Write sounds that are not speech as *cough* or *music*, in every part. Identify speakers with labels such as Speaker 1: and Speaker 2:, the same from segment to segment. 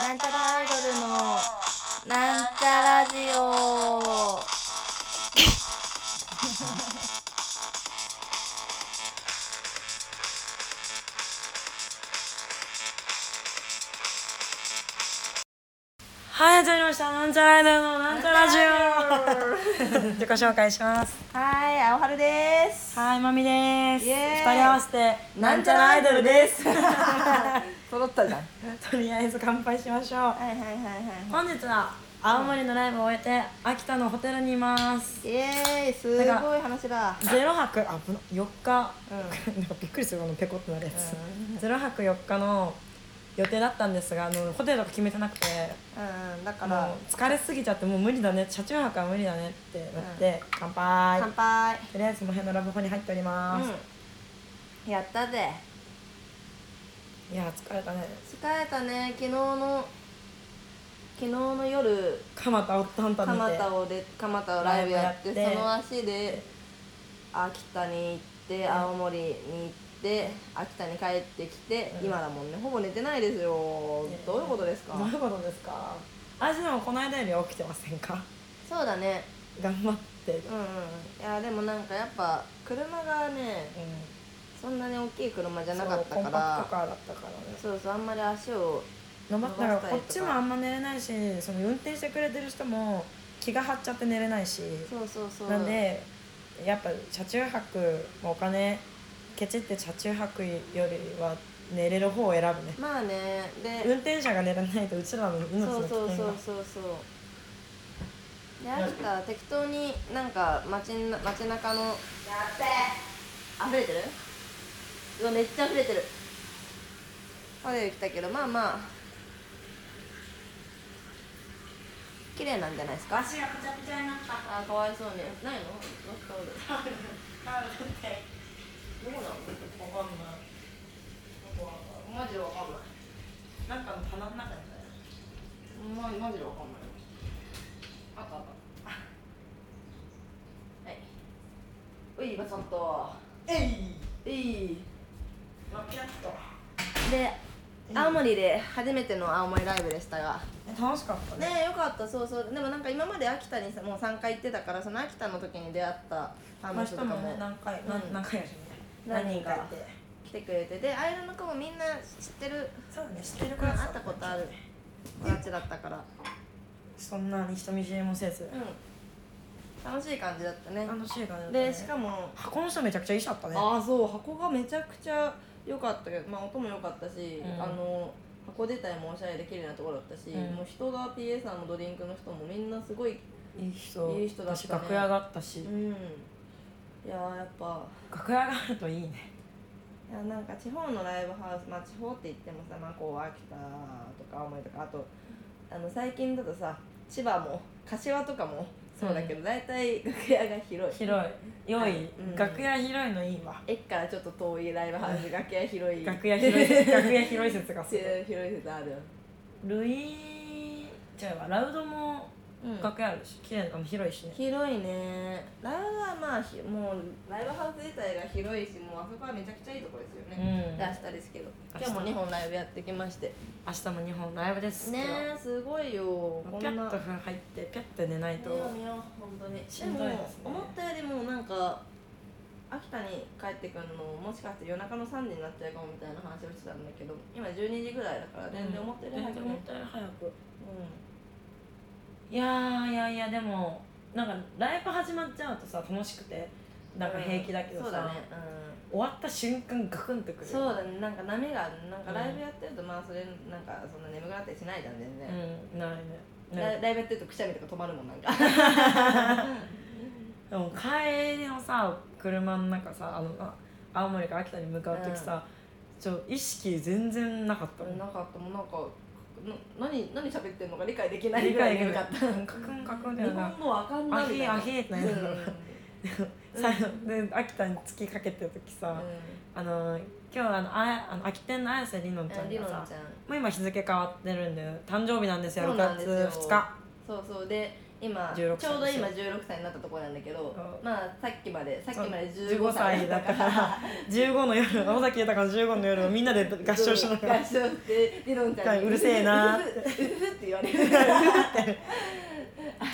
Speaker 1: なんちゃらアイドルのなんちゃラジオ
Speaker 2: はい、始まりました。なんちゃらアイドルのなんちゃラジオ。自己紹介します。
Speaker 1: はい青春です
Speaker 2: はい、まみです。
Speaker 1: イエーイ
Speaker 2: 二人合わせて、なんちゃらアイドルです。
Speaker 1: 揃ったじゃんは
Speaker 2: *laughs* とりあえず乾杯しましょう。
Speaker 1: いはいはいは
Speaker 2: 本日は青森のライブを終えて、秋田のホテルにいます。
Speaker 1: *laughs* いイエーイすごい話だ
Speaker 2: ゼロ泊、あ、ぶな四日。
Speaker 1: う
Speaker 2: *laughs* なんかびっくりする、あのペコってなるやつ。ゼロ泊四日の予定だったんですが、あのホテルとか決めてなくて。
Speaker 1: うんだか
Speaker 2: も
Speaker 1: ら
Speaker 2: う疲れすぎちゃって、もう無理だね、車中泊は無理だねってなって、乾杯。
Speaker 1: 乾杯
Speaker 2: とりあえずモヘのラブホに入っております、
Speaker 1: うんやったぜ
Speaker 2: いや疲れたね
Speaker 1: 疲れたね昨日の昨日の夜
Speaker 2: 蒲田オットハンター見
Speaker 1: 蒲
Speaker 2: て
Speaker 1: 田をで蒲田をライブやって
Speaker 2: ライブやって
Speaker 1: その足で秋田に行って青森に行って秋田に帰ってきて、
Speaker 2: うん
Speaker 1: 今だもんねほぼ寝てないですよ、
Speaker 2: ね
Speaker 1: どういうことです *laughs* か、
Speaker 2: どういうことですかあでもこの間よりは起きてませんか
Speaker 1: そうだね
Speaker 2: 頑張ってる
Speaker 1: うんうんいやでもなんかやっぱ車がね
Speaker 2: うん
Speaker 1: そんなに大きい車じゃなかった
Speaker 2: そうコ
Speaker 1: か
Speaker 2: ンパクト
Speaker 1: ら
Speaker 2: カーだったからね
Speaker 1: そうそうあんまり足を
Speaker 2: 伸ば
Speaker 1: 伸ばし
Speaker 2: だ
Speaker 1: た
Speaker 2: か
Speaker 1: りと
Speaker 2: らこ
Speaker 1: か
Speaker 2: っちもあんま寝れないしその運転してくれてる人も気が張っちゃって寝れないし
Speaker 1: そうそうそう
Speaker 2: なんでやっぱ車中泊もお金ケチって車中泊よりは寝れる方を選ぶね
Speaker 1: まあねで
Speaker 2: 運転者が寝れないとうちらの命
Speaker 1: そ
Speaker 2: の
Speaker 1: う
Speaker 2: 危険
Speaker 1: そう
Speaker 2: が
Speaker 1: そうそうそうで秋田は適当になんか街んな街中のやっべ溢れてるうわめっちゃ溢れてるホテル来たけどまあまあ綺麗なんじゃないですか
Speaker 2: 足がくちゃくちゃになった
Speaker 1: あーかわいそうねないのどっかおる
Speaker 2: タオルって
Speaker 1: どこなの
Speaker 2: わかんないどこは
Speaker 1: マジでわかんない
Speaker 2: なんかの棚の中に
Speaker 1: ま、マジでわかんないあったあったはいういバサッと
Speaker 2: えいう
Speaker 1: い
Speaker 2: ロケット
Speaker 1: で青森で初めての青森ライブでしたが
Speaker 2: え楽しかったね
Speaker 1: ねえよかったそうそうでもなんか今まで秋田にさもう3回行ってたからその秋田の時に出会ったファン
Speaker 2: ま
Speaker 1: の
Speaker 2: あ
Speaker 1: 人
Speaker 2: 人
Speaker 1: とか
Speaker 2: も
Speaker 1: も
Speaker 2: ね何回
Speaker 1: うん
Speaker 2: 何何回やしね
Speaker 1: 何人か
Speaker 2: いて
Speaker 1: 来てくれてでアイルの子もみんな知ってる
Speaker 2: そうだね知ってる
Speaker 1: う
Speaker 2: ク
Speaker 1: ん
Speaker 2: ラス
Speaker 1: 会ったことある友達だったから
Speaker 2: そんなに人見知りもせず
Speaker 1: うん楽しい感じだったね
Speaker 2: 楽しい感じだったね
Speaker 1: でしかも
Speaker 2: 箱の人めちゃくちゃいい人だったね
Speaker 1: ああそう箱がめちゃくちゃ良かったけど、まあ、音も良かったし、
Speaker 2: うん
Speaker 1: あの箱自体もおしゃれで綺麗なところだったし、
Speaker 2: うん
Speaker 1: もう人が PA さんもドリンクの人もみんなすごい
Speaker 2: いい人
Speaker 1: いい人だったね
Speaker 2: し楽屋があった
Speaker 1: う
Speaker 2: し
Speaker 1: んいやーやっぱ
Speaker 2: 楽屋があるといいね
Speaker 1: いやなんか地方のライブハウスまあ地方って言ってもさ、まあ、こう秋田とか青森とかあとあの最近だとさ千葉も柏とかもそうだけど、大体楽屋が広い
Speaker 2: 広い良い
Speaker 1: うん
Speaker 2: 楽屋広いのいいわ
Speaker 1: 駅からちょっと遠いライブハウス楽屋広い
Speaker 2: 楽屋広い *laughs* 楽屋広い説がすごい
Speaker 1: 広い説あるよ
Speaker 2: ルイじゃあラウドも
Speaker 1: うん
Speaker 2: 楽屋あるし、綺麗なの広いしね
Speaker 1: 広いねライブはまあひもうライブハウス自体が広いしもうあそこはめちゃくちゃいいとこですよ
Speaker 2: う
Speaker 1: ね、
Speaker 2: ん
Speaker 1: で明日ですけど
Speaker 2: 明日
Speaker 1: 今日も2本ライブやってきまして
Speaker 2: 明日も日本ライブです
Speaker 1: ねえすごいよ
Speaker 2: 今
Speaker 1: こん
Speaker 2: 日ピャ
Speaker 1: な見よ
Speaker 2: ッと風呂入ってピャッて寝ないうと、
Speaker 1: 見よう本当に
Speaker 2: しんどいですね
Speaker 1: も思ったよりもなんか秋田に帰ってくるのもしかして夜中の3時になっちゃうかもみたいな話をしてたんだけど今12時ぐらいだから全然思ったより
Speaker 2: うん
Speaker 1: 早
Speaker 2: 全然
Speaker 1: くね
Speaker 2: 思ったより早くいやーいやいやでもなんかライブ始まっちゃうとさ楽しくてなんか平気だけど
Speaker 1: そうだ
Speaker 2: さ、
Speaker 1: ねうん
Speaker 2: 終わった瞬間ガクンとくる
Speaker 1: そうだねなんか波があるなんか
Speaker 2: うん
Speaker 1: ライブやってるとまあそれなんかそんな眠くなったりしないじゃん全然、
Speaker 2: うんないねな
Speaker 1: ラ
Speaker 2: ん
Speaker 1: イ
Speaker 2: か
Speaker 1: ライブやってるとくしゃみとか止まるもんなんか
Speaker 2: でも帰りのさ車の中さあのあ青森から秋田に向かう時さ、ちょ意識全然なかったもん
Speaker 1: *laughs* なんかあともうなんかな何何喋ってんのか理解できない
Speaker 2: 理
Speaker 1: ぐら
Speaker 2: 解
Speaker 1: い
Speaker 2: でき
Speaker 1: *laughs* 眠
Speaker 2: な
Speaker 1: か
Speaker 2: い
Speaker 1: った
Speaker 2: カクンカクンだ
Speaker 1: 日
Speaker 2: よな
Speaker 1: 本語わかんないみたいな
Speaker 2: アヒーアヒーってなる
Speaker 1: うん
Speaker 2: 最後で秋田に突きかけてる時さ、あの今日あのあやあの秋天の綾瀬りのんちゃ
Speaker 1: うんんり
Speaker 2: が
Speaker 1: のんちゃ
Speaker 2: さ
Speaker 1: ん
Speaker 2: もう今日付変わってるんで誕生日なんですよ
Speaker 1: そう
Speaker 2: 6
Speaker 1: なん
Speaker 2: 月
Speaker 1: ですよ
Speaker 2: 2日
Speaker 1: そうそうで今ち
Speaker 2: 16
Speaker 1: ょ
Speaker 2: 歳
Speaker 1: うど今16歳になったところなんだけど
Speaker 2: うん
Speaker 1: まあさっきまでさっきまで15
Speaker 2: 15
Speaker 1: 歳
Speaker 2: 歳だから15の夜尾崎豊の15の夜をみんなで合唱しなが
Speaker 1: 合
Speaker 2: ら
Speaker 1: 唱して理論ちゃんに
Speaker 2: うるせえな
Speaker 1: う
Speaker 2: ー
Speaker 1: る
Speaker 2: って
Speaker 1: うるって言われる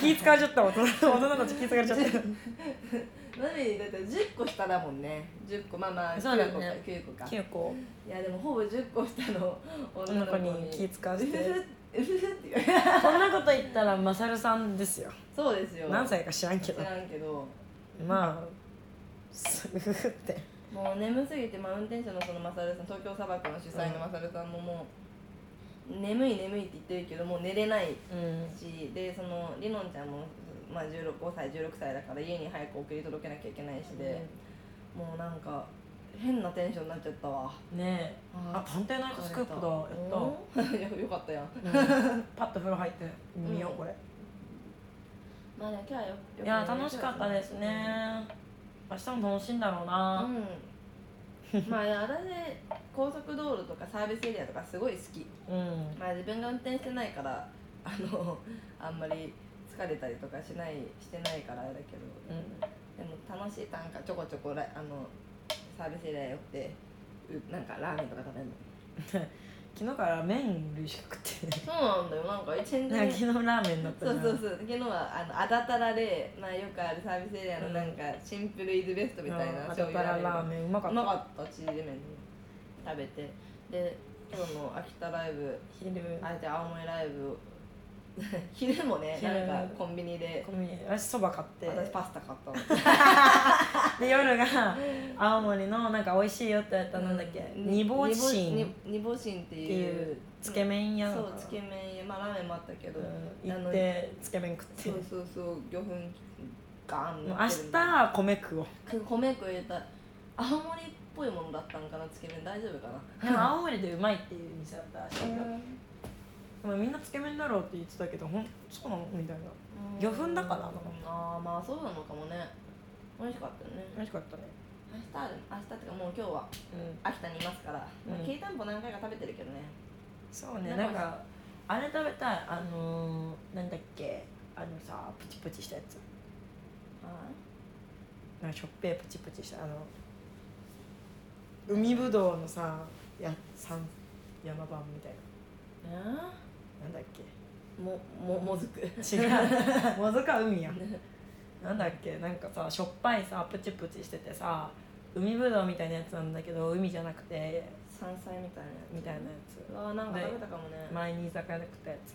Speaker 2: 気使われちゃった大人大人たち気使われちゃった
Speaker 1: 何だって10個下だもんね10個まあまあ
Speaker 2: そうだ
Speaker 1: 9
Speaker 2: ね
Speaker 1: 個か9個か
Speaker 2: 結構
Speaker 1: いやでもほぼ10個下の女の子
Speaker 2: 女の
Speaker 1: に
Speaker 2: 子に気使わせて
Speaker 1: うるふうるふって言われる
Speaker 2: こんなこと言ったらマサルさんですよ
Speaker 1: そうですよ
Speaker 2: 何歳か知らんけ
Speaker 1: 知
Speaker 2: ど
Speaker 1: らんけど
Speaker 2: まあすうふふって
Speaker 1: もう眠すぎてマウンテン車のそのマサルさん東京砂漠の主催のマサルさんももう眠い眠いって言ってるけどもう寝れない
Speaker 2: うん
Speaker 1: しでそのりのんちゃんも、まあ、16 5歳16歳だから家に早く送り届けなきゃいけないしで、もうなんか変なテンションになっちゃったわ
Speaker 2: ねえあ探偵ナイトスクープだやった、
Speaker 1: ったよよかったやん *laughs*
Speaker 2: うんパッと風呂入って見ようこれ、
Speaker 1: まあね今日はよ
Speaker 2: いや楽しかったですね明日も楽しいんだろう
Speaker 1: う
Speaker 2: な、
Speaker 1: んまあ私高速道路とかサービスエリアとかすごい好き
Speaker 2: うん
Speaker 1: まあ自分が運転してないからあのあんまり疲れたりとかしないしてないからあれだけど
Speaker 2: う
Speaker 1: でも楽しい単価ちょこちょこらあのサービスエリア寄ってうなんかラーメンとか食べるの
Speaker 2: ん、昨日から麺類しか食って
Speaker 1: そうなんだよなんか一日
Speaker 2: ないなん
Speaker 1: ね
Speaker 2: か昨日ラーメンだった
Speaker 1: そ
Speaker 2: な
Speaker 1: うそうそう昨日はあのあだたらで、まあ、よくあるサービスエリアのなんか、シンプルイズベストみたいな
Speaker 2: あだたらラーメンうまか
Speaker 1: う
Speaker 2: っ
Speaker 1: ま
Speaker 2: た
Speaker 1: かったチーズ麺食べてで今日の秋田ライブ
Speaker 2: 昼
Speaker 1: あえて青森ライブ *laughs* 昼もね
Speaker 2: 昼
Speaker 1: なんかコンビニで
Speaker 2: コンビニ私そば買って
Speaker 1: 私パスタ買ったの
Speaker 2: で夜が青森のなんか美味しいよって言われたなんだっけ
Speaker 1: うん
Speaker 2: 煮干しんっ
Speaker 1: に煮干しんって
Speaker 2: て
Speaker 1: い
Speaker 2: いううつけ麺屋な
Speaker 1: そ
Speaker 2: のか
Speaker 1: う
Speaker 2: な
Speaker 1: つけ麺やまあラーメンもあったけど、
Speaker 2: うん行ってつけ麺食って
Speaker 1: そうそうそう魚粉ガン
Speaker 2: もう
Speaker 1: 乗
Speaker 2: 明
Speaker 1: ってるんだ
Speaker 2: 日米食おう
Speaker 1: く米粉入れた青森っぽいものだったんかなつけ麺大丈夫か
Speaker 2: でも青森でうまいっていう店だったらしい
Speaker 1: な、
Speaker 2: よでもみんなつけ麺だろうって言ってたけどほんそうなのみたいな魚粉だからな
Speaker 1: ああまあそうなのかもね美味しかったよね
Speaker 2: 美味しかったね
Speaker 1: 明日ある明日ってかもう今日は
Speaker 2: うん
Speaker 1: 秋田にいますから、まあ
Speaker 2: うん
Speaker 1: きりたんぽ何回か食べてるけどね
Speaker 2: そうね
Speaker 1: な
Speaker 2: なんん
Speaker 1: か
Speaker 2: かあれ食べたいあのー、なんだっけあのさプチプチしたやつ
Speaker 1: はい
Speaker 2: なんかしょっぺープチプチしたあの海ぶどうのさや山山版みたい
Speaker 1: え
Speaker 2: ななんだっけ
Speaker 1: ーもももずく
Speaker 2: 違
Speaker 1: *laughs*
Speaker 2: うもずか海やんなんだっけなんかさしょっぱいさプチプチしててさ海ぶどうみたいなやつなんだけど海じゃなくて
Speaker 1: 山菜みたいなやつ
Speaker 2: みたいなやつ
Speaker 1: うわなんか食べたかもね、
Speaker 2: 前に居酒屋で食ったやつ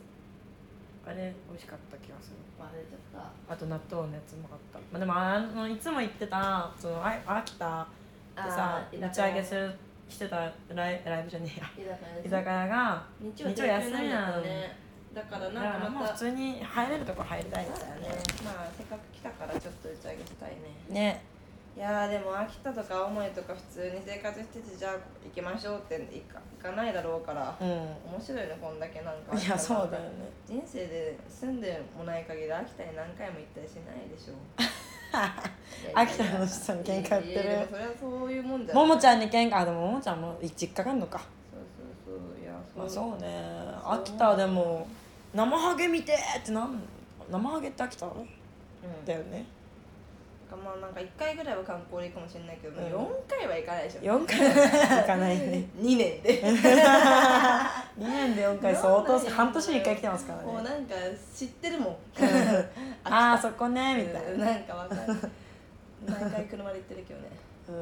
Speaker 2: あれ美味しかった気がする
Speaker 1: バレちゃった
Speaker 2: あと納豆のやつもあった、まあ、でもあのいつも行ってたそのあ秋田でさ
Speaker 1: ー
Speaker 2: 打ち上げす
Speaker 1: 居
Speaker 2: るしてたライライブじゃね *laughs* えや
Speaker 1: 酒屋
Speaker 2: 居酒屋が
Speaker 1: 日曜
Speaker 2: 日曜休み
Speaker 1: なんだ
Speaker 2: な
Speaker 1: よ
Speaker 2: の
Speaker 1: ねだから
Speaker 2: だから
Speaker 1: なんか
Speaker 2: もう
Speaker 1: また
Speaker 2: 普通に入れるとこ入りたいみ
Speaker 1: そう
Speaker 2: たい
Speaker 1: だよ
Speaker 2: な
Speaker 1: ねまあせっかく来たからちょっと打ち上げしたいね
Speaker 2: ね
Speaker 1: いやーでも秋田とか青森とか普通に生活しててじゃあ行きましょうって行か行かないだろうから
Speaker 2: うん
Speaker 1: 面白いねこんだけなんか
Speaker 2: いやそうだよね
Speaker 1: 人生で住んでもない限り秋田に何回も行ったりしないでしょいやいやいや
Speaker 2: *laughs* 秋田の人に喧嘩売ってる
Speaker 1: いやいやでもそれはそういうもんじゃない
Speaker 2: ももちゃんに喧嘩あでもももちゃんも実家がんのか
Speaker 1: そうそうそういやそう,、
Speaker 2: まあそうね
Speaker 1: そう
Speaker 2: 秋田でも生ハゲ見てーってなん生ハゲって秋田
Speaker 1: うん
Speaker 2: だよね
Speaker 1: まあなんか1回ぐらいは観光で行くかもしれないけど、
Speaker 2: うん
Speaker 1: 4回は行かないでしょ
Speaker 2: 4回は行かないね
Speaker 1: 2年で *laughs*
Speaker 2: 2年で4回相当半年に1回来てますから
Speaker 1: もう
Speaker 2: ね
Speaker 1: なんか知って *laughs* るもん
Speaker 2: ああそこねみたいな
Speaker 1: なんかわかる毎回車で行ってるけどね
Speaker 2: うん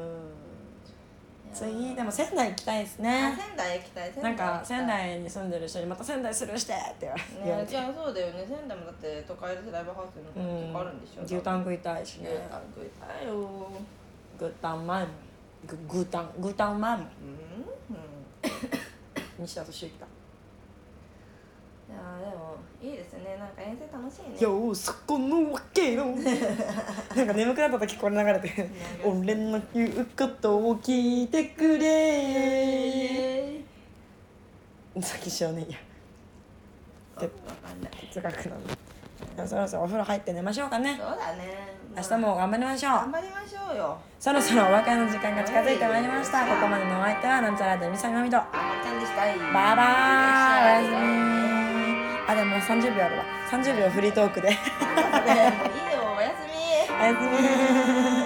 Speaker 1: いや
Speaker 2: 次でも仙台行きたいです
Speaker 1: あ
Speaker 2: ね
Speaker 1: 仙台行きたい仙
Speaker 2: な
Speaker 1: 台
Speaker 2: んか仙
Speaker 1: ね
Speaker 2: 台に住んでる人にまた仙台スルーしてって言われ
Speaker 1: い
Speaker 2: て
Speaker 1: やそうだよね仙台もだって都会でライブハウスのとかあるんでしょ
Speaker 2: うん牛タン食いたいし
Speaker 1: 牛
Speaker 2: ね
Speaker 1: タン食いたいよ
Speaker 2: 牛タンうまいもんぐ牛タン牛タンうまいもん
Speaker 1: うんうん
Speaker 2: 西田敏行だ
Speaker 1: いやーでもいいですねなんか遠征楽しいね
Speaker 2: よーそこのわけ
Speaker 1: *laughs*
Speaker 2: よなんか眠くなった時これ流れて「俺の言うことを聞いてくれ」
Speaker 1: え
Speaker 2: さっきしようねいや
Speaker 1: ー、わかんない
Speaker 2: 哲学なのでもそろそろお風呂入って寝ましょうかね
Speaker 1: そうだね
Speaker 2: 明日も頑張りましょ
Speaker 1: 頑
Speaker 2: う
Speaker 1: 張りましょうよ
Speaker 2: そろそろお別れの時間が近づいてまいりましたここまでのお相手はなんちゃらでみさみまみと
Speaker 1: あまちゃんでしたい
Speaker 2: バイバーイおやすみあでもう30秒あるわ30秒フリートークで *laughs*
Speaker 1: いいよおやすみ
Speaker 2: おやすみ